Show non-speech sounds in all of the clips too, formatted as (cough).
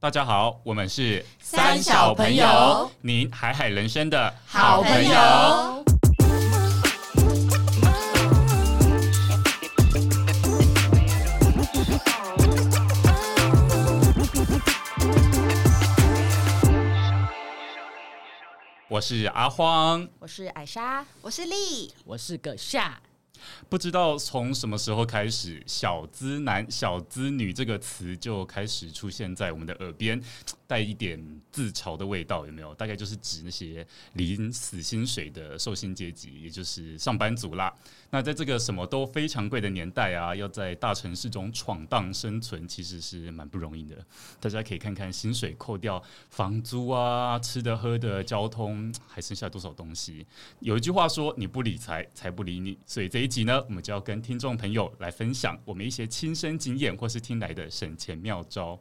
大家好，我们是三小朋友，您海海人生的好朋友。我是阿荒，我是艾莎，我是丽，我是个夏。不知道从什么时候开始，“小资男”“小资女”这个词就开始出现在我们的耳边，带一点自嘲的味道，有没有？大概就是指那些领死薪水的受薪阶级，也就是上班族啦。那在这个什么都非常贵的年代啊，要在大城市中闯荡生存，其实是蛮不容易的。大家可以看看薪水扣掉房租啊、吃的、喝的、交通，还剩下多少东西？有一句话说：“你不理财，财不理你。”所以这一集呢，我们就要跟听众朋友来分享我们一些亲身经验或是听来的省钱妙招。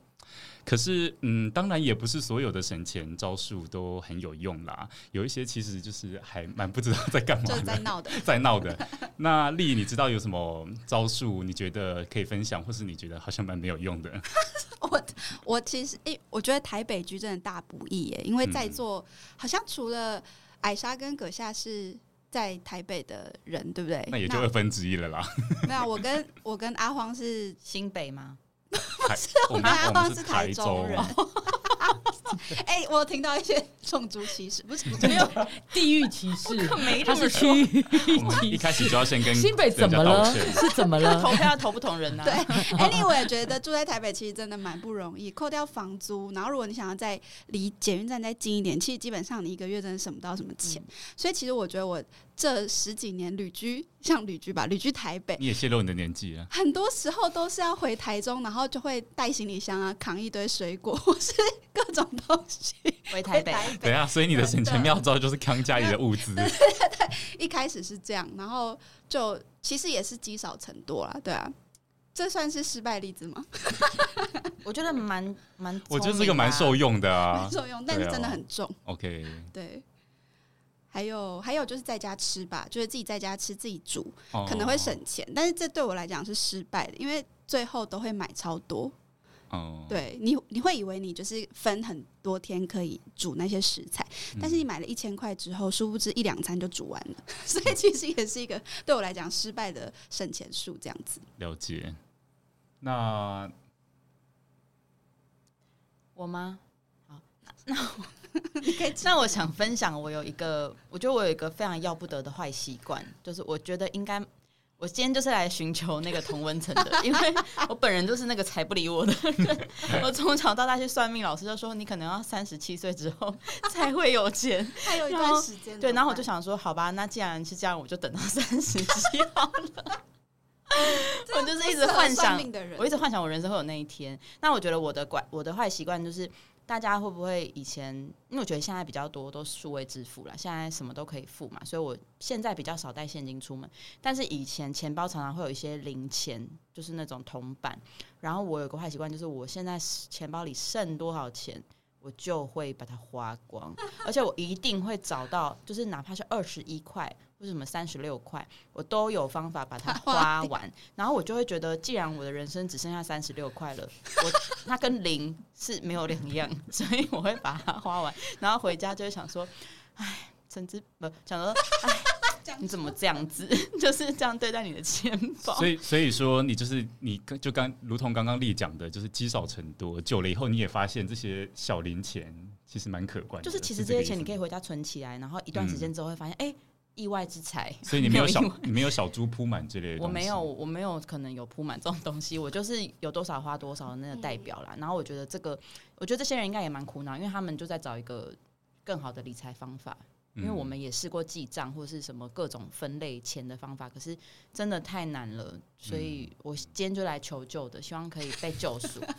可是，嗯，当然也不是所有的省钱招数都很有用啦，有一些其实就是还蛮不知道在干嘛就的，是 (laughs) 在闹的。在闹的。那丽，你知道有什么招数？你觉得可以分享，或是你觉得好像蛮没有用哎的？我我其实诶、我觉得台北居真的大不易耶，因为嗯在座、好像除了艾莎跟葛夏是在台北的人，对不对？那也就二分之一了 (laughs) 啦。那没有，我跟 (laughs) 我跟阿荒是新北吗？台我我们跟阿哦我们荒是台州中人。 (laughs) 哎、我听到一些种族歧视，不是 (laughs) 没有地域歧视，没这它么是区域 (laughs) 我 (laughs) 们一歧开视。始就要先跟新北怎么人家道了？歉是怎么了？投票投不同人啊呐、(laughs) (laughs) 对，anyway，觉得住在台北其实真的蛮不容易，扣掉房租，然后如果你想要再离捷运站再近一点，其实基本上你一个月真的省不到什么钱。嗯所以其实我觉得我这十几年旅居，像旅居吧，旅居台北。你也泄露你的年纪啊 (laughs) 了。很多时候都是要回台中，然后就会带行李箱啊，扛一堆水果或是 (laughs) 各种东西回台回北。台等一北。下，所以你的省钱真的妙招就是扛家里的物 (laughs) 资。啊一开始是这样，然后就其实也是积少成多啦，对啊，这算是失败例子吗？ (laughs) 我觉得蛮蛮，我觉得这个蛮受用。用的啊没。作用，但是真的很重。 OK，对，还有还有就是在家吃吧，就是自己在家吃自己煮，哦可能会。省钱，但是这对我来讲是失败的，因为最后都会买超多。哦，对你你会以为你就是分很多天可以煮那些食材，嗯但是你买了一千块之后，殊不知一两餐就煮完了， (laughs) 所以其实也是一个对我来讲失败的省钱术，这样子。 (laughs) 了解。那我吗？你可以那我想分享，我有一个，我觉得我有一个非常要不得的坏习惯，就是我觉得应该，我今天就是来寻求那个同温层 (laughs) 的，因为我本人就是那个才不理我的人。我从小到大去算命，老师就说你可能要三十七岁之后才会有钱，还有一然段后时间，对，然后我就，想说，好吧，那既然是这样，我就等到三十七好了。我就是一直幻想，的人我一直幻想我人生会有那一天。那我觉得我的怪，我的坏习惯就是，大家会不会以前，因为我觉得现在比较多都数位支付了，现在什么都可以付嘛，所以我现在比较少带现金出门。但是以前钱包常常会有一些零钱，就是那种铜板。然后我有个坏习惯，就是我现在钱包里剩多少钱。我就会把它花光，而且我一定会找到，就是哪怕是二十一块或者什么三十六块，我都有方法把它花完。然后我就会觉得，既然我的人生只剩下三十六块了，我它跟零是没有两样，所以我会把它花完。然后回家就会想说，哎，甚至不想说，哎，你怎么这样子， (laughs) 就是这样对待你的钱包？所以所以说，你就是你跟就刚如同刚刚丽讲的，就是积少成多，久了以后你也发现这些小零钱其实蛮可观的。就是其实这这个些意思钱你可以回家存起来，然后一段时间之后会发现，哎、意外之财。所以你没有没有小意外你没有小猪铺满之类的东西，我没有，我没有可能有铺满这种东西，我就是有多少花多少的那个代表啦。然后我觉得这个，我觉得这些人应该也蛮苦恼，因为他们就在找一个更好的理财方法。嗯，因为我们也试过记账或是什么各种分类钱的方法，可是真的太难了，所嗯以我今天就来求救的，希望可以被救赎。 (laughs)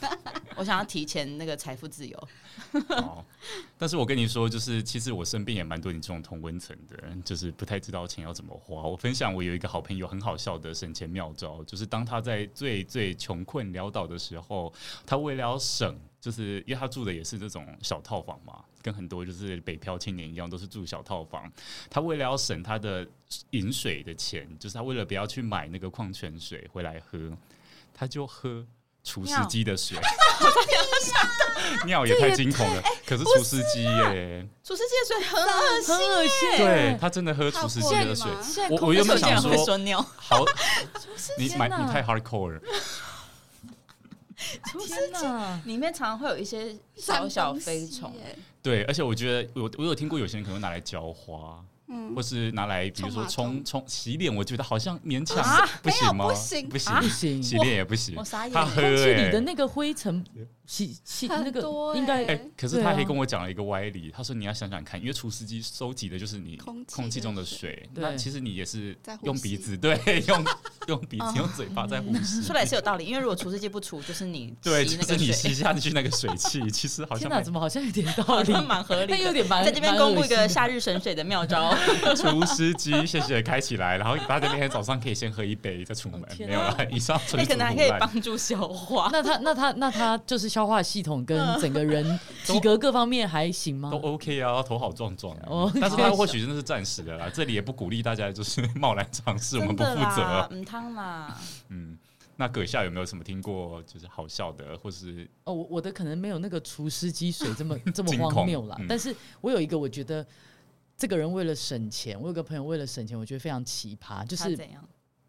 我想要提前那个财富自由，好，哦但是我跟你说，就是其实我身边也蛮多你这种同温层的人，就是不太知道钱要怎么花。我分享我有一个好朋友很好笑的省钱妙招，就是当他在最最穷困潦倒的时候，他为了要省，就是因为他住的也是这种小套房嘛，跟很多就是北漂青年一样，都是住小套房。他为了要省他的饮水的钱，就是他为了不要去买那个矿泉水回来喝，他就喝。厨师机的 (laughs) 水，尿也太惊恐了。可是厨师机耶，厨师界水很恶心欸很。恶心。对，他真的喝厨师机的水好过瘾吗，现在我空我原有本气想这样说会说尿， (laughs) 好，你天买哪你太 hardcore 了。天哪！里面常常会有一些小小飞虫，对，而且我觉得我我有听过有些人可能会拿来浇花，嗯或，是拿来比如说冲马冲冲洗脸，我觉得好像勉强啊不行吗？没有不行啊不不行，行，洗脸也不行我。傻眼他喝了。空气里哎的那个灰尘，洗洗那很个多应欸该哎、可是对他啊还跟我讲了一个歪理，他说你要想想看，因为除湿机收集的就是你空气空气的中的水水，对那其实你也是在呼用吸哦鼻子，对，用用鼻子、用嘴巴在呼吸，说来是有道理，因为如果厨师界不除，就是你 (laughs) 对，吸就是那个你水，吸下去那个水汽，其实好天像哪，蛮怎么好像有点道 (laughs) 好理？像蛮合理但有的。点蛮在这边公布一个，夏日神水的 (laughs) 妙招，除湿机谢谢开起来，然后大家明天早上可以先喝一杯再出门，哦天没有哪了，以上纯哎，属可胡能还可以乱。帮助 (laughs) 消化。蛮恶心的那他那他那他就是消化系统嗯跟整个人体格各方面还行吗都？OK 啊，头好壮壮、嗯哦但是它或许真的是暂时的啦，这里也不鼓励大家就是 (laughs) 贸然尝试，我们不负真的责、啊啦，嗯，汤啦，嗯，那阁下有没有什么听过就是好笑的，或是哦，我我的可能没有那个厨师积水 (laughs) 这么这么惊恐荒谬啦，嗯但是我有一个我觉得。这个人为了省钱，我有个朋友为了省钱，我觉得非常奇葩， (laughs) 就它是怎样？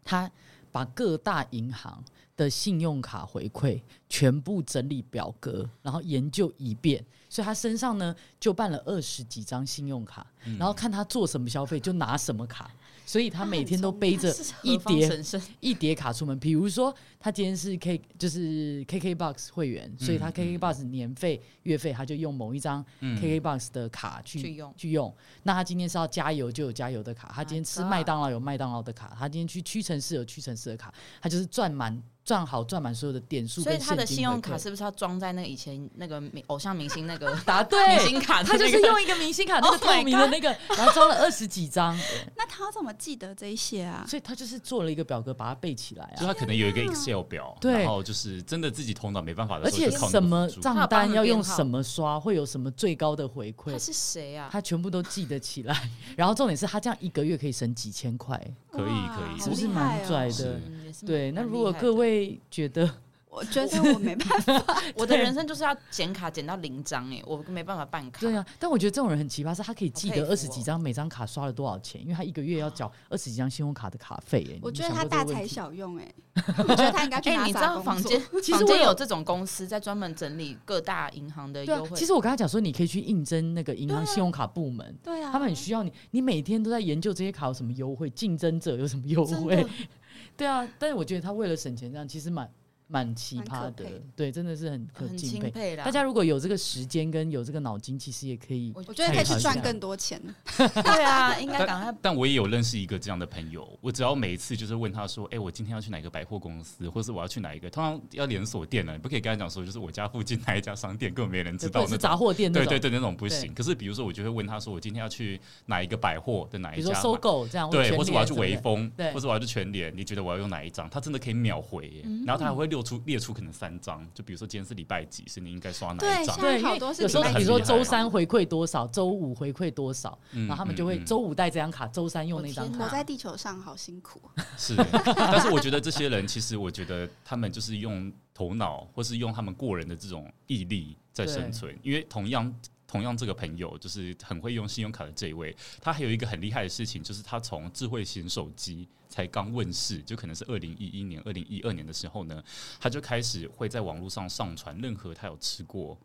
他把各大银行的信用卡回馈全部整理表格，然后研究一遍，所以他身上呢就办了二十几张信用卡，然后看他做什么消费就拿什么卡，所以啊他每天都背着一何方叠神圣一叠卡出门。比如说，他今天是 K 就是 KKBox 会员，所以他 KKBox 年费、月费，他就用某一张嗯 KKBox 的卡去去用去用。那他今天是要加油就有加油的卡，他今天 My 吃 God 麦当劳有麦当劳的卡，他今天去屈臣氏有屈臣氏的卡，他就是赚满赚好赚满所有的点数所以跟他现金回馈。的信用卡是不是要装在那个以前那个明偶像明星那个 (laughs) 答对。明星卡的他就那是个用一个明星卡，那个 Oh my 透明的那个，然后装了二十几张，那他怎么记得这一些啊？所以他就是做了一个表格把它背起来就啊，他可能有一个 Excel 表，对然后就是真的自己头脑没办法的而时候，且就靠什那个么辅助账单要用什么刷，会有什么最高的回 (laughs) 馈他，是谁啊？他全部都记得起来。 (laughs) 然后重点是他这样一个月可以省几千块，可以哇可以好是不是厉害蛮哦拽的是？嗯也是蛮对，那蛮如厉果害各的位觉得我觉得我没办法，我的人生就是要剪卡剪到零张哎，我没办法办卡。对啊，但我觉得这种人很奇葩，是他可以记好佩得服二哦十几张每张卡刷了多少钱，因为他一个月要缴二十几张信用卡的卡费。哎，我你 (laughs) 觉得想他过这大个问材题小用哎、我觉得他应该去 (laughs) 哎、拿你知啥道工坊作间其实坊间我有有这种公司在专门整理各大银行的对啊优，惠，其实我跟他讲说，你可以去应征那个银行信用卡部门。对啊，他们很需要你，你每天都在研究这些卡有什么优惠，竞争者有什么优真惠的， (laughs) 对啊。但是我觉得他为了省钱，这样其实蛮蛮奇蛮可葩佩的的，对，真的是很可很敬钦佩。佩啦。大家如果有这个时间跟有这个脑筋，其实也可以我我觉得可以去太赚好笑更多钱。对啊， (laughs) 应该赶快但我也有认识一个这样的朋友，我只要每一次就是问他说：“哎、我今天要去哪个百货公司，或是我要去哪一个？”通常要连锁店了，你不可以跟他讲说，就是我家附近哪一家商店，根本没人知不道管那是种杂货店那对种，对对，那种不对行。可是比如说，我就会问他说：“我今天要去哪一个百货的哪比一如家说买？”搜狗这样，对，全或是联我要去什么的微风对，或是我要去全联，你觉得我要用哪一张？他真的可以秒回耶，嗯然后他还会列出列出可能三张，就比如说今天是礼拜几，所以你应该刷哪一张对？对，因好为多是有时候礼拜比如几说的周三回馈多少，周五回馈多少，嗯然后他们就会嗯嗯周五带这张卡，周三用我那张天卡哪。活在地球上好辛苦，是，欸但是我觉得这些人其实，我觉得他们就是用头脑，或是用他们过人的这种毅力在生存。因为同样，同样这个朋友就是很会用信用卡的这一位，他还有一个很厉害的事情，就是他从智慧型手机才刚问世，就可能是二零一一年、二零一二年的时候呢，他就开始会在网络上上传任何他有吃过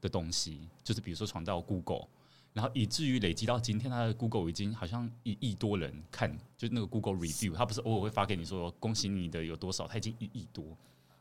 的东西，就是比如说传到 Google。然后以至于累积到今天，他的 Google 已经好像一亿多人看，就那个 Google Review，他不是偶尔会发给你说恭喜你的有多少，他已经一亿多。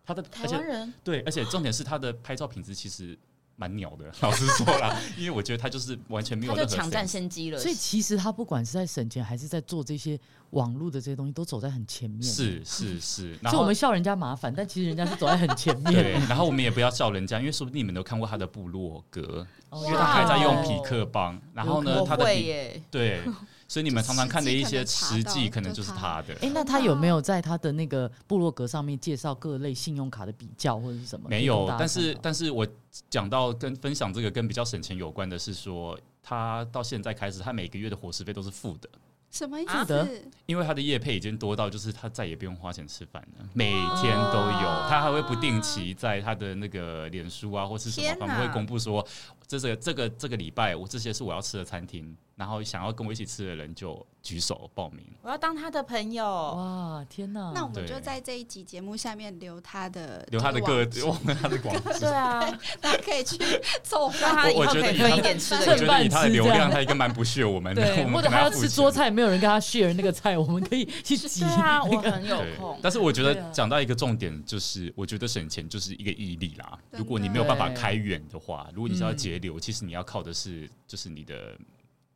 他的台而湾且人对，而且重点是他的拍照品质其实蛮鸟的， (laughs) 老实说啦，因为我觉得他就是完全没有他任就何抢占 sense 先机了，所以其实他不管是在省钱，还是在做这些网络的这些东西，都走在很前面。，是是是，然所以我后们笑人家麻烦，但其实人家是走在很前对面。，然后我们也不要笑人家，因为说不定你们都看过他的部落格， (laughs) 哦因为他还在用哇匹克邦，然后呢，我他的会匹耶，对，所以你们常常看的一 (laughs) 些实际可可能能就就是是他他的。哎、那他有没有在他的那个部落格上面介绍各类信用卡的比较或者是什么？没可以有跟大，家但是参考但是我讲到跟分享这个跟比较省钱有关的是说，他到现在开始，他每个月的伙食费都是负的，什么意啊的思？因为他的业配已经多到，就是他再也不用花钱吃饭了，每天都哦有。他还会不定期在他的那个脸书啊，或是什么天，哪反正会公布说，这是这个这个礼拜我这些是我要吃的餐厅，然后想要跟我一起吃的人就举手报名。我要当他的朋友，哇，天哪！ (laughs) 那我们对就在这一集节目下面留他的留他的这个网 (laughs) 址，忘了他的广告。 (laughs) 对 (laughs) (laughs) 啊，大家可以去凑让饭。他以后我觉可得以以他分一点吃我的觉给正得我。饭以他的吃流这量，样他应该蛮不屑我们的。我对，们或者跟他还要付吃钱桌菜，没有人跟他 share 那个菜，我们可以去挤 (laughs) 对。啊，我那个很有对空，。但是我觉对啊得讲到一个重点，就是我觉得省钱就是一个毅力啦。真的如果你没有办法开源的话，如果你是要节流，其实你要靠的是就是你的，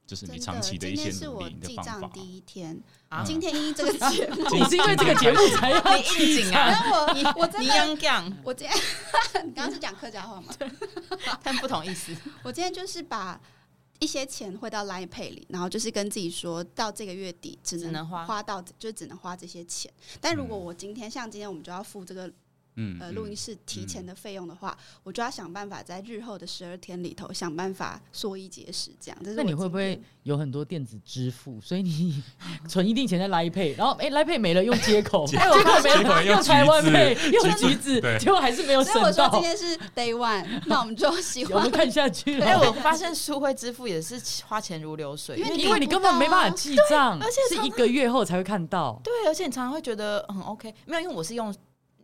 就是真你的长期的一今天些是努我力你的记方账法。第一天，啊今天一这个节目，今你是因为这个节目才要 (laughs) 你应景 (laughs) 啊，然后我我真你的样样，我今天 (laughs) 你刚刚是讲客家话吗？但不同意思。我今天就是把一些钱汇到 Line Pay 里，然后就是跟自己说到这个月底只只能花花到，就只能花这些钱。但如果我今天像今天我们就要付这个 (laughs) 嗯呃录音室提前的费用的话，我就要想办法在日后的十二天里头想办法缩衣节食，这样。这是那我你会今不会天？有很多电子支付？所以你 (laughs) 存一定钱在来 pay，然后哎来 pay 没了用接口，接哎我靠没结果了用橘台湾子 pay，用橘子橘子对，结果还是没有省所以我说今到。天是 Day One，那我们就喜我欢们看下 (laughs) 去哎，了，我发现数位支付也是花钱如流水，因为因为你根本没办法记啊账，而且是常一个月后才会看到。对，而且你常常会觉得很 OK，没有，因为我是用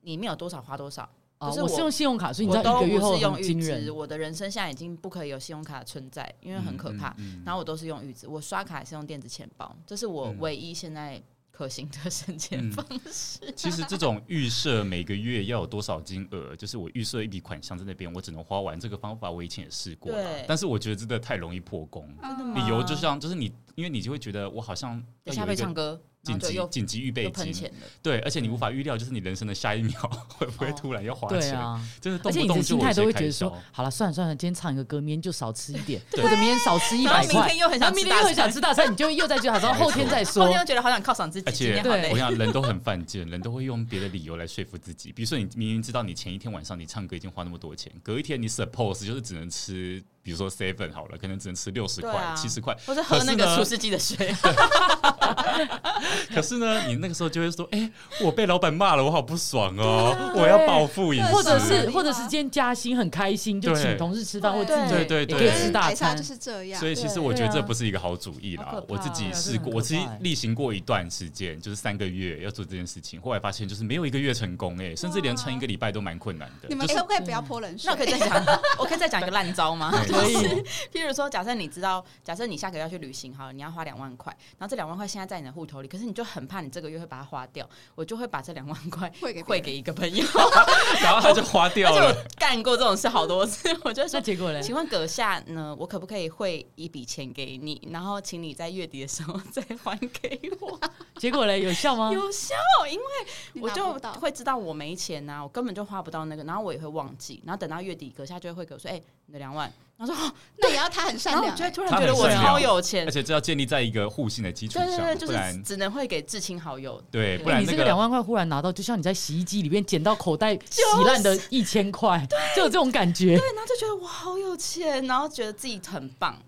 里面有多少花多少，哦可，是我我是用信用卡，所以你我知道都一个月不后是用很预惊支，人。我的人生现在已经不可以有信用卡的存在，因为很可怕。嗯嗯嗯然后我都是用预支，我刷卡也是用电子钱包，这是嗯我唯一现在可行的省钱方式。其实这种预设每个月要有多少金额，就是我预设一笔款项在那边，我只能花完。这个方法我以前也试过啦对但是我觉得真的太容易破功。真的理由就像就是你，因为你就会觉得我好像等要一下有被一个唱歌，然紧后就急又紧急预备又喷金，钱了，对，而且你无法预料，就是你人生的下一秒 (laughs) 会不会突然要花对钱，啊，就是动而且不你动的就心有态一都些会开觉得销说。，好了，算了算了，今天唱一个歌，明天就少吃一点，或对者明天少吃一然百后明块天，又很然想后明吃天大又很想餐，吃大餐，你就会又再觉得好像没错后天再 (laughs) (laughs) 后说天。又觉得好想犒赏自己，而今且天好累我。想人都很犯贱，人都会用别的理由来说服自己。比如说，你明明知道你前一天晚上你唱歌已经花那么多钱，隔一天你 suppose 就是只能吃，比如说 seven 好了，可能只能吃六十对块、啊七十块。或者喝那可是个呢除湿机 (laughs) 的水，可是呢，你那个时候就会说：“哎、我被老板骂了，我好不爽哦，我要报复饮食。”啊或者对是啊或者是今天加薪很开心，就对请同事吃饭，或自己对对也对可以对吃大奶茶餐就。是这样所。以其实对我觉得对这啊不是一个好主意好可啦怕。我自己对啊试这很过，可我自己怕欸例行过一段时间，就是三个月要做这件事情，后来发现就是没有一个月成功，哎，甚至连撑一个礼拜都蛮困难的。你就们是可不可以不要泼冷那水？我可以再讲，我可以再讲一个烂招吗？对 (laughs) 可以 (laughs) 譬如说，假设你知道，假设你下个月要去旅行，好了，你要花两万块，然后这两万块现在在你的户头里，可是你就很怕你这个月会把它花掉，我就会把这两万块会给别汇人给一个朋友，然后他就花而掉且我了。干过这种事好多次， (laughs) 我就那说。结果嘞？请问阁下呢？我可不可以汇一笔钱给你，然后请你在月底的时候再还给我？结果嘞？有效吗？有效，因为你我拿就不到会知道我没钱呐、我根本就花不到那个，然后我也会忘记，然后等到月底，阁下就会给我说：“哎、你的两万。”然后说：“哦，那也要他很然善后我良就会欸。突然他觉很得我善良超有钱而，且这要建立在一个互信的基础对对上，对，就不是然只能会给至亲好友。对，对不哎然你那这个两万块忽然拿到，就像你在洗衣机里面捡到口袋洗烂的一千块，就有这种感觉。对，然后就觉得我好有钱，然后觉得自己很棒，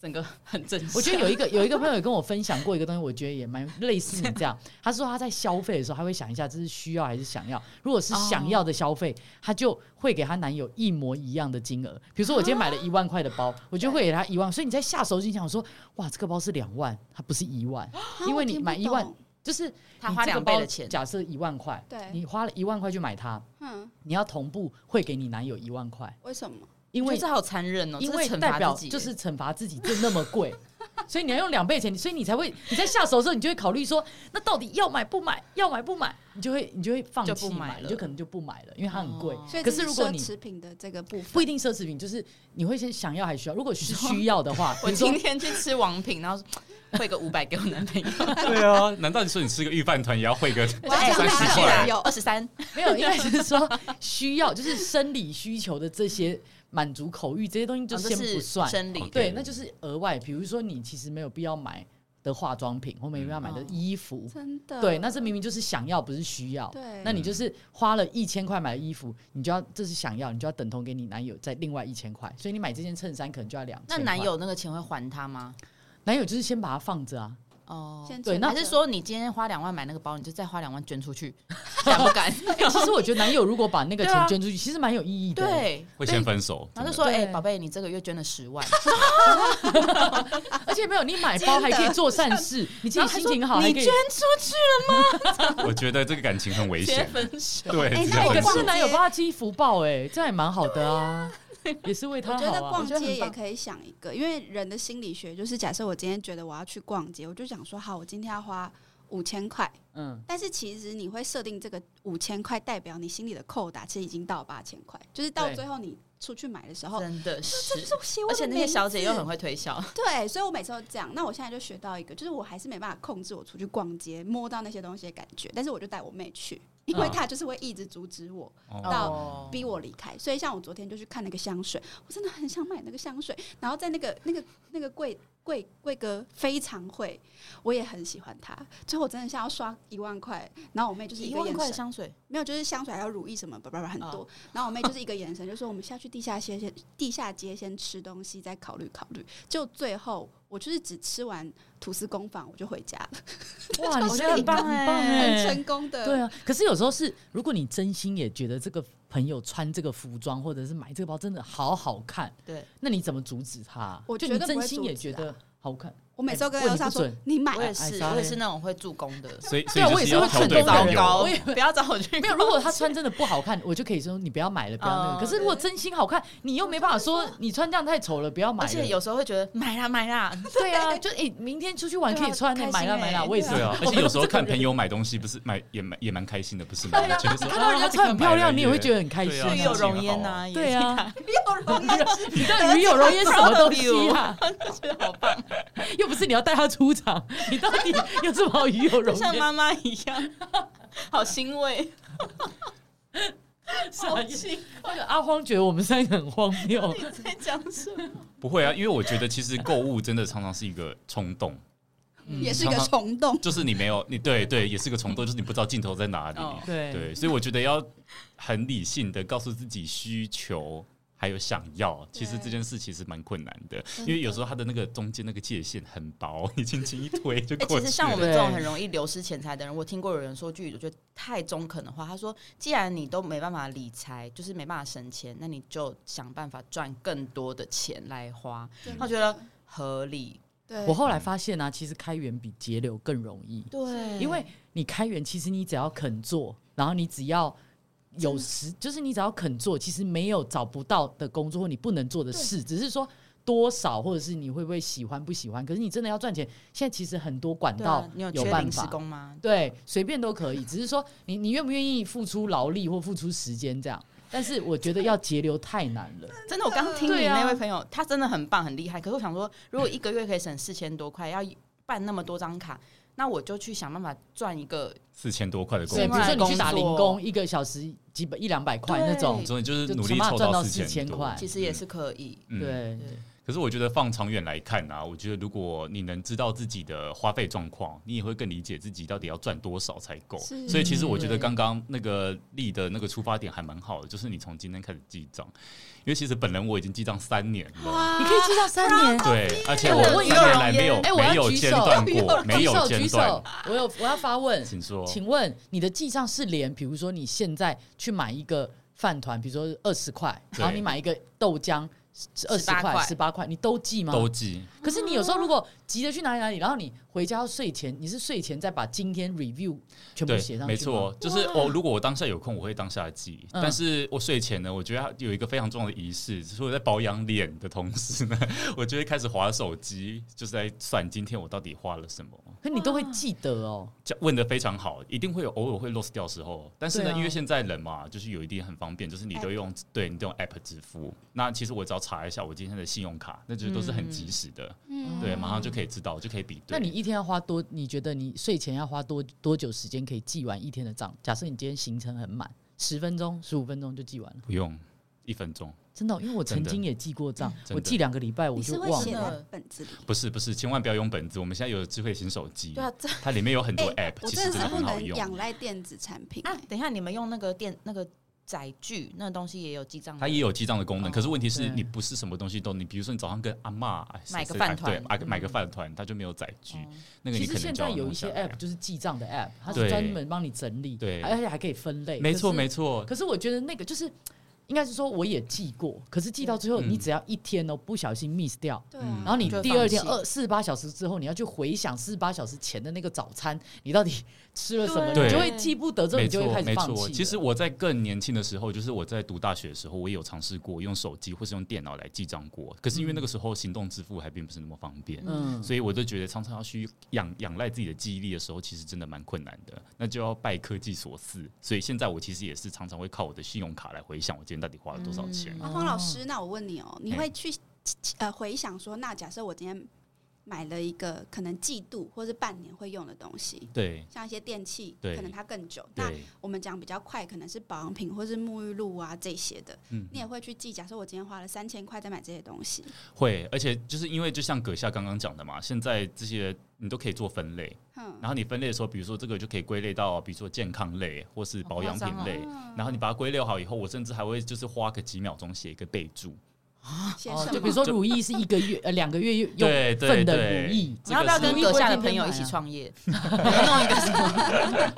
整个很正向。我觉得有一个有一个朋友跟我分享过一个东西，我觉得也蛮类似你这 (laughs) 样。他说他在消费的时候，他会想一下这是需要还是想要。如果是想要的消费，他就会给他男友一模一样的金额。比如说我今天啊买了一万块的 (laughs) 包，我就会给他一万。所以你在下手之前想说，哇，这个包是两万，它不是一万，因为你买一万啊，就是他你花这个两倍包的钱，哎假设一万块，对你花了一万块去买它，我听不懂嗯，你要同步会给你男友一万块，为什么？因我觉为得这好残忍哦，因这为是惩代罚表自己耶就是惩罚自己，这那么贵， (laughs) 所以你要用两倍钱，所以你才会你在下手的时候，你就会考虑说，那到底要买不买？要买不买？你就会你就会放就弃不买了你就可能就不买了，因为它很贵。哦所以可这是如果奢你侈品的这个部分不一定奢侈品，就是你会先想要还需要。如果是需要的话， (laughs) 我比如说今天去吃王品，然后说汇个五百给我男朋 (laughs) 友，对啊，难道你说你吃个御饭团也要汇个我哎要三讲十他块的理有哦由二十三，没有，应该是说需要，就是生理需求的这些满足口欲这些东西就哦这先是不算。生理 OK 对，那就是额外，比如说你其实没有必要买的化妆品，或没必要买的嗯衣服，真的对，那这明明就是想要，不是需要。对那你就是花了一千块买了衣服，你就要这是想要，你就要等同给你男友再另外一千块，所以你买这件衬衫可能就要两。那男友那个钱会还他吗？男友就是先把它放着啊，哦，先对那还是说你今天花两万买那个包，你就再花两万捐出 (laughs) 去，敢不敢？欸 (laughs) 其实我觉得男友如果把那个对啊钱捐出去，其实蛮有意义的。，对，会先分手，然后就真的说：“哎、对宝贝，你这个月捐了十万，而且没有你买包还可以做善事，你自己心情好还你可以捐。出去我觉得这个感情很危直接 (laughs) 险，分手。对，哎直那接我可分逛手是。男友帮他积福报，哎，这样也蛮好的啊，也是为他我觉得好啊。逛我觉得街很也棒。可以想一个，因为人的心理学就是，假设我今天觉得我要去逛街，我就想说，好，我今天要花五千块， (laughs) 嗯，但是其实你会设定这个五千块，代表你心里的扣打其实已经到八千块，就是到对最后你出去买的时”候，真的，这就是是我写我而的且那些名小姐又字很会推销，对，所以我每次都这样。那我现在就学到一个，就是我还是没办法控制我出去逛街摸到那些东西的感觉，但是我就带我妹去，因为嗯她就是会一直阻止我，哦到哦逼我离开。所以像我昨天就去看那个香水，我真的很想买那个香水，然后在那个那个那个柜。贵贵哥非常会，我也很喜欢他。最后我真的想要刷一万块，然后我妹就是一一个万眼块神的，香水，没有，就是香水还有乳液什么，叭叭嗯叭很多。哦然后我妹就是一个眼神，就说我们下去地下街先地下街先吃东西，再考虑考虑。就最后我就是只吃完吐司工坊，我就回家了，哇，你我是觉得很棒很哎棒很哎，成功的。对啊。可是有时候是，如果你真心也觉得这个朋友穿这个服装或者是买这个包真的好好看，对那你怎么阻止他？我就绝你对不真会心阻也止觉啊得好看。我每次都跟问你他说不准你买我也了，哎是， sorry 我也是那种会助攻的，所以所对啊以就我也是是要会挑趁对早朋糟的友人，糕我也，不要哎找我去。没有，如果他穿真的不好看，我就可以说你不要买了，不要那哦个。可是如果真心好看，你又没办法说你穿这样太丑了，不要买而了。且有时候会觉得买啦买啦，对啊，就诶，明天出去玩对啊可以穿，开心买啦欸买啦，我也是。对啊，而我且有时候这个看人朋友买东西，不是买也蛮也蛮开心的，不是吗？啊哦觉得说看到人家穿很漂亮，你也会觉得很开心 (laughs) 对啊啊。鱼有容焉呐，对啊，你到底鱼有容焉什么东西啊？也是，觉 (laughs) 得好棒，又不是你要带他出场，你到底有什么好鱼有容 (laughs) 像焉？妈妈一样， (laughs) 好欣慰， (laughs) 好欣那个阿荒觉得我们三个很荒谬，慰，在讲什 (laughs) 么？不会啊，因为我觉得其实购物真的常常是一个冲动，也是一嗯个常常冲动。就是你没有你对对，也是个冲动，就是你不知道尽头在哪里。哦对，对，所以我觉得要很理性的告诉自己需求。还有想要，其实对这件事其实蛮困难的，真因为的有时候它的那个中间那个界限很薄， (laughs) 你轻轻一推就哎、过去了。其实像我们对这种很容易流失钱财的人，我听过有人说句我觉得太中肯的话，他说：“既然你都没办法理财，就是没办法省钱，那你就想办法赚更多的钱来花。”真他的觉得合理，对，我后来发现啊，其实开源比节流更容易。对因为你开源，其实你只要肯做，然后你只要有时，就是你只要肯做，其实没有找不到的工作或你不能做的事，只是说多少，或者是你会不会喜欢不喜欢。可是你真的要赚钱，现在其实很多管对道啊，你有有缺办临时法。工吗？对，随便都可以，只是说你你愿不愿意付出劳力或付出时间这样。但是我觉得要节流太难了，真的，我刚听你对啊那位朋友，他真的很棒，很厉害。可是我想说，如果一个月可以省四千多块，要办那么多张卡，那我就去想办法赚一个。四千多块的工对，是比作如吗，说你去打零工作工，一个小时几百一两百块那对种，总之就是努就力起码凑赚到四4000块其实也是可以，嗯对，对可是我觉得放长远来看啊，我觉得如果你能知道自己的花费状况，你也会更理解自己到底要赚多少才够。是所以其实我觉得对刚刚那个丽的那个出发点还蛮好的，就是你从今天开始记账，因为其实本人我已经记账三年了。你可以记到三年。对，而且哎我我问一三个年来没有哎我 (laughs) 要没有举间手断举过，手没举有手间举断手，，我有我要发问，请说。请问你的记账是连，比如说你现在去买一个饭团，比如说二十块，对然后你买一个豆浆二十18块、块十八块，你都记吗？都记，可是你有时候如果急着去哪里哪里，然后你回家要睡前，你是睡前再把今天 review 全部对写上去吗，没错，就是我如果我当下有空，我会当下记。嗯但是我睡前呢，我觉得它有一个非常重要的仪式，就是我在保养脸的同时呢， (laughs) 我就会开始划手机，就是在算今天我到底花了什么。可你都会记得哦。这问的非常好，一定会有偶尔会 lost 掉时候，但是呢，对啊因为现在人嘛，就是有一点很方便，就是你都用对你都用 app 支付。那其实我只要查一下我今天的信用卡，那就是都是很及时的，嗯对，马上就可以知道，就可以比对。那你一天要花多？你觉得你睡前要花多多久时间可以记完一天的账？假设你今天行程很满，十分钟、十五分钟就记完了。不用一分钟。真的哦、因为我曾真的嗯经也记过账，真的我记两个礼拜嗯我你就是会忘写在了。了本子里。不是不是，千万不要用本子。我们现在有智慧型手机，对啊，这它里面有很多哎 app，、我其实真的真的是不很好能用。啊仰赖电子产品哎啊，等一下，你们用那个电那个载具那东西也有记账，它也有记账的功能，哦可是问题是对你不是什么东西都，你比如说你早上跟阿啊妈买个饭团对，买个嗯买个饭团，它就没有载具，哦那个其你实可现能就在要有一弄些下来 app 就是记账的 app，它是对专门帮你整理，对而且还可以分类。没错可是没错，可是我觉得那个就是，应该是说我也记过，可是记到最后，嗯你只要一天哦不小心 miss 掉，对啊嗯然后你就会第二天放弃二四十八小时之后，你要去回想四十八小时前的那个早餐，你到底吃了什么，对你就会记不得，之后没你就会错开始没放弃错。了。其实我在更年轻的时候，就是我在读大学的时候，我也有尝试过用手机或是用电脑来记账过，可是因为那个时候行动支付还并不是那么方便。嗯，所以我就觉得常常要去仰仰赖自己的记忆力的时候，其实真的蛮困难的。那就要拜科技所赐，所以现在我其实也是常常会靠我的信用卡来回想我今天到底花了多少钱。啊，嗯方老师，那我问你哦，你哎会去呃回想说，那假设我今天买了一个可能季度或是半年会用的东西，对像一些电器，对可能它更久。那对，我们讲比较快，可能是保养品或是沐浴露啊这些的，嗯你也会去记。假设我今天花了三千块在买这些东西，会，而且就是因为就像阁下刚刚讲的嘛，现在这些你都可以做分类，哼，然后你分类的时候，比如说这个就可以归类到，比如说健康类或是保养品类，嗯然后你把它归类好以后，我甚至还会就是花个几秒钟写一个备注，写哦什，就么？比如说如意是一个月呃两个月用对对份的如对，意，你要不要这个跟是阁下的朋友一起啊 (laughs) 创业？你要弄一个什么？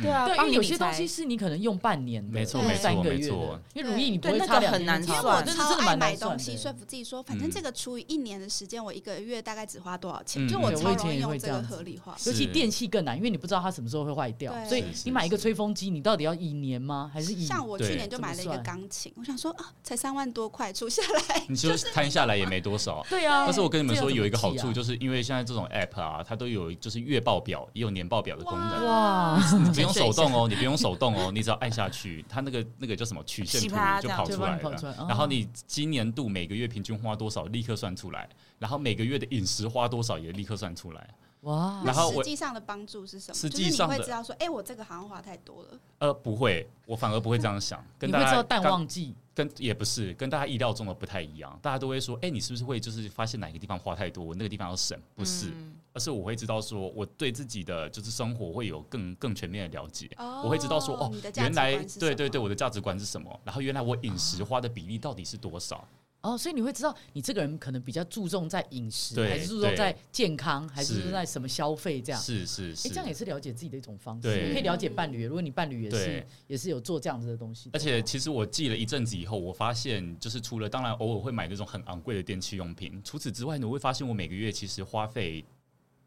对啊，对，因帮为你有理些东财西是你可能用半年的，没错对没三错个没月的错，因为如意你不对会那差个两很天难就因差为算哇我这是超真的爱蛮买难算东的西，说服自己说，反正嗯这个除以一年的时间，我一个月大概只花多少嗯钱？就我对我超以前容易也用会这这个样子合理化。尤其是电器更难，因为你不知道它什么时候会坏掉，对所以是是你买一个是吹风机，你到底要以年吗？还是以像我去对年就怎么买了一个算钢琴，我想说啊，才三万多块，除下 (laughs) 来你就是摊下来也没多少。对啊？但是我跟你们这说，要怎么有一个好记啊处，就是因为现在这种 app 啊，它都有就是月报表，也有年报表的功能。哇，你不 (laughs) 用手动哦，你不用手动哦，你只要按下去，它那个那个叫什么曲线图噼啪就这样跑就出帮来你跑出来了哦。然后你今年度每个月平均花多少，立刻算出来。然后每个月的饮食花多少也立刻算出来。哇，然后实我际上的帮助是什么？实就际是你上会的知道说，哎、我这个好像花太多了。呃，不会，我反而不会这样想。跟你大会家知道淡刚旺季，跟也不是跟大家意料中的不太一样，大家都会说，哎、你是不是会就是发现哪个地方花太多，我那个地方要省？不是，嗯而是我会知道说，我对自己的就是生活会有更更全面的了解。哦我会知道说，哦你的，价值原来观是对什对么对，我的价值观是什么？然后原来我饮食花的比例到底是多少？嗯哦，所以你会知道你这个人可能比较注重在饮食，对还是注重对在健康，还是是注重在什么消费啊这样。是是哎，是这。样也是了解自己的一种方式，对你可以了解伴侣。如果你伴侣也是对也是有做这样子的东西而的话，且其实我记了一阵子以后，我发现就是除了当然偶尔会买那种很昂贵的电器用品，除此之外呢，我会发现我每个月其实花费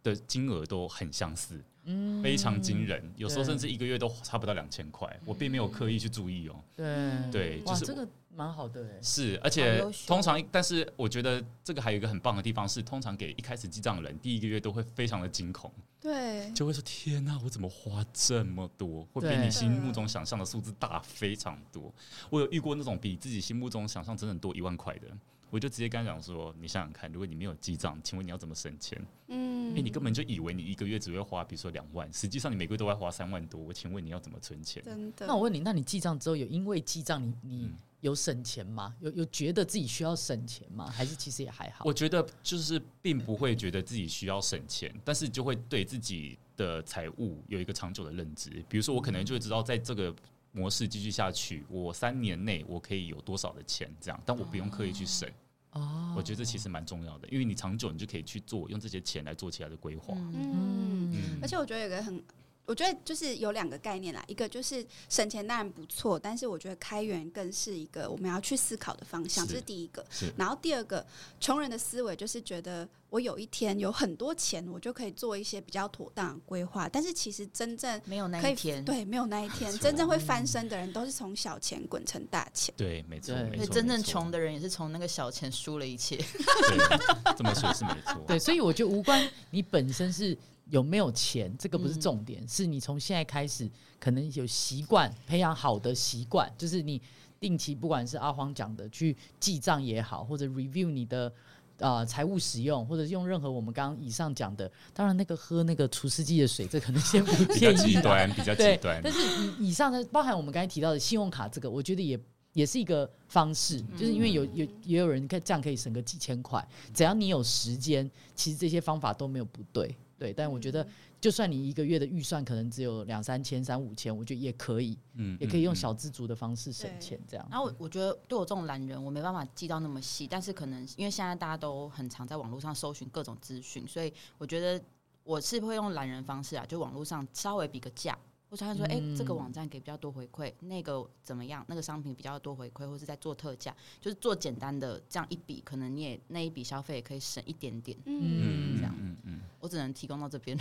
的金额都很相似，嗯非常惊人，有时候对甚至一个月都差不到两千块，我并没有刻意去注意哦。对对，就哇，是这个蛮好的哎。是，而且优秀通常，但是我觉得这个还有一个很棒的地方是，通常给一开始记账的人，第一个月都会非常的惊恐，对，就会说：“天哪、我怎么花这么多？”会比对你心目中想象的数字大非常多。我有遇过那种比自己心目中想象整整多一万块的。我就直接跟他讲说：“你想想看，如果你没有记账，请问你要怎么省钱？嗯哎、你根本就以为你一个月只会花，比如说两万，实际上你每个月都会花三万多。我请问你要怎么存钱？真的。那我问你，那你记账之后有因为记账你你嗯有省钱吗？有有觉得自己需要省钱吗？还是其实也还好？我觉得就是并不会觉得自己需要省钱，但是就会对自己的财务有一个长久的认知。比如说，我可能就会知道，在这个模式继续下去，我三年内我可以有多少的钱，这样，但我不用刻意去省。哦我觉得这其实蛮重要的，因为你长久你就可以去做，用这些钱来做其他的规划。嗯嗯，嗯而且我觉得有一个很，我觉得就是有两个概念啦，一个就是省钱当然不错，但是我觉得开源更是一个我们要去思考的方向，是这是第一个是。然后第二个，穷人的思维就是觉得我有一天有很多钱，我就可以做一些比较妥当的规划，但是其实真正没有那可以一天，对，没有那一天，错真正会翻身的人都是从小钱滚成大钱。对，没错，对没对，错，真正没错穷，的人也是从那个小钱输了一切。对，这么说是没错。 (laughs) 对，所以我觉得无关你本身是有没有钱，这个不是重点，是你从现在开始可能有习惯，培养好的习惯，就是你定期不管是阿黄讲的去记账也好，或者 review 你的。呃，财务使用，或者是用任何我们刚刚以上讲的，当然那个喝那个除湿机的水，这可能先不比较建议极端，比较极对，端但。是以以上的包含我们刚才提到的信用卡这个，我觉得也也是一个方式，嗯就是因为有有也有人可以这样可以省个几千块，只要你有时间，其实这些方法都没有不对。对，但我觉嗯得就算你一个月的预算可能只有两三千、三五千，我觉得也可以，嗯也可以用嗯小自足的方式省对钱，这样。然后我我觉得对我这种懒人，我没办法记到那么细，但是可能因为现在大家都很常在网络上搜寻各种资讯，所以我觉得我是会用懒人方式啊，就网络上稍微比个价。我常常说，哎、嗯这个网站给比较多回馈，那个怎么样？那个商品比较多回馈，或是在做特价，就是做简单的这样一笔，可能你也那一笔消费也可以省一点点。嗯，嗯这样嗯嗯我只能提供到这边。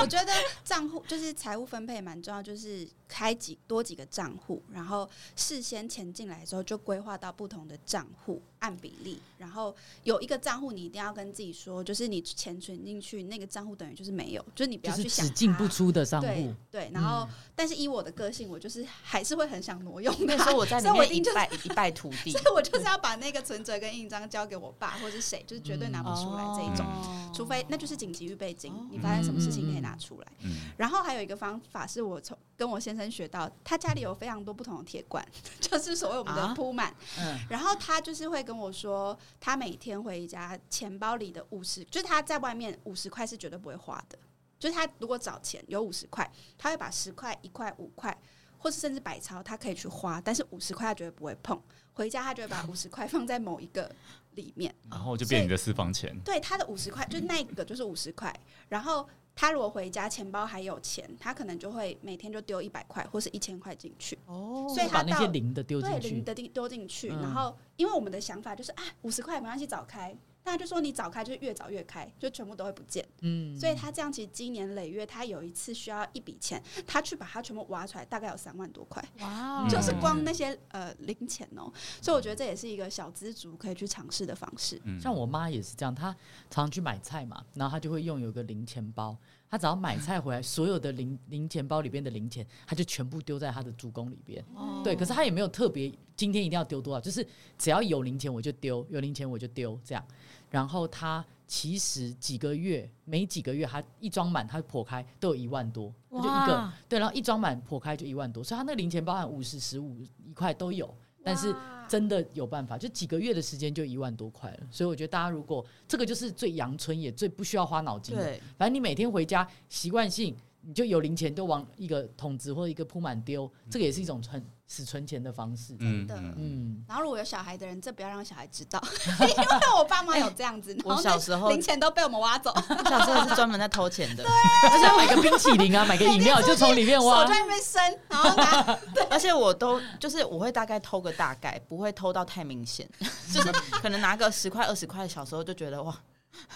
我觉得账户就是财务分配蛮重要，就是开几多几个账户，然后事先钱进来的时候就规划到不同的账户按比例，然后有一个账户你一定要跟自己说，就是你钱存进去那个账户等于就是没有，就是你不就要是去想只进它不出的账对户，嗯对，然后、但是以我的个性，我就是还是会很想挪用 (laughs) 那的，时 (laughs) 候我在里所以我一面定一就是败一败涂地 (laughs) 所，以我就是要把那个存折跟印章交给我爸或是谁，就是绝对拿不出来这一嗯种，哦除非那就是紧急预备金哦，你发生什么事情可以拿出来。嗯然后还有一个方法是我从跟我先生学到，他家里有非常多不同的铁罐， (laughs) 就是所谓我们的啊铺满。嗯，然后他就是会跟我说，他每天回家钱包里的五十，就是他在外面五十块是绝对不会花的，就是他如果找钱有五十块，他会把十块、一块、五块。或是甚至百钞，他可以去花，但是五十块他绝对不会碰。回家他就会把五十块放在某一个里面，嗯然后就变你的私房钱，对，他的五十块就是那一个就是五十块，然后他如果回家钱包还有钱，他可能就会每天就丢一百块或是一千块进去，哦所以把他那些到零的丢对进零去，的丢丢进去，嗯然后因为我们的想法就是啊五十块没关系早开，那就说你早开就是越早越开，就全部都会不见，嗯，所以他这样其实积年累月，他有一次需要一笔钱，他去把它全部挖出来，大概有三万多块。哇嗯就是光那些呃零钱哦、所以我觉得这也是一个小资族可以去尝试的方式。嗯像我妈也是这样，她常去买菜嘛，然后她就会用有个零钱包，她只要买菜回来，所有的零零钱包里边的零钱，她就全部丢在她的主攻里边。哦对，可是她也没有特别今天一定要丢多少，就是只要有零钱我就丢，有零钱我就丢这样。然后她其实几个月，每几个月她一装满，她破开都有一万多，她就一个哇对，然后一装满破开就一万多，所以她那个零钱包含五十、十五一块都有，但是哇真的有办法，就几个月的时间就一万多块了。所以我觉得大家如果这个就是最阳春也最不需要花脑筋的，对，反正你每天回家习惯性你就有零钱都往一个桶子或一个铺满丢，这个也是一种存死存钱的方式。嗯的嗯嗯，然后如果有小孩的人，这不要让小孩知道， (laughs) 因为我爸妈有这样子，然哎我后小那时候零钱都被我们 (laughs) 挖走，我小时候是专门在偷钱的，而且买个冰淇淋啊，买个饮 (laughs) 料就从里面手挖就。在那边伸，然后拿而且我都就是我会大概偷个大概，不会偷到太明显， (laughs) 就是可能拿个十块二十块，小时候就觉得哇，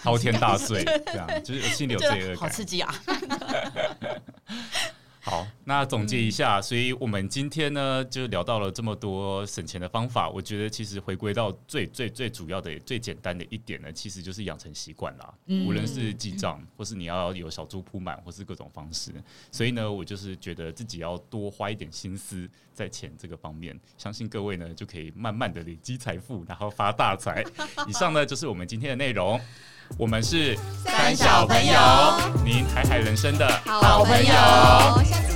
滔天大罪，这样就是心里有觉罪恶得好感。刺激啊！好，那总结一下，所以我们今天呢就聊到了这么多省钱的方法。我觉得其实回归到最最最主要的、最简单的一点呢，其实就是养成习惯啦。嗯无论是记账，或是你要有小猪铺满，或是各种方式。所以呢，我就是觉得自己要多花一点心思在钱这个方面。相信各位呢就可以慢慢的累积财富，然后发大 (laughs) 财。以上呢就是我们今天的内容。我们是三小朋友您海海人生的好朋友，下次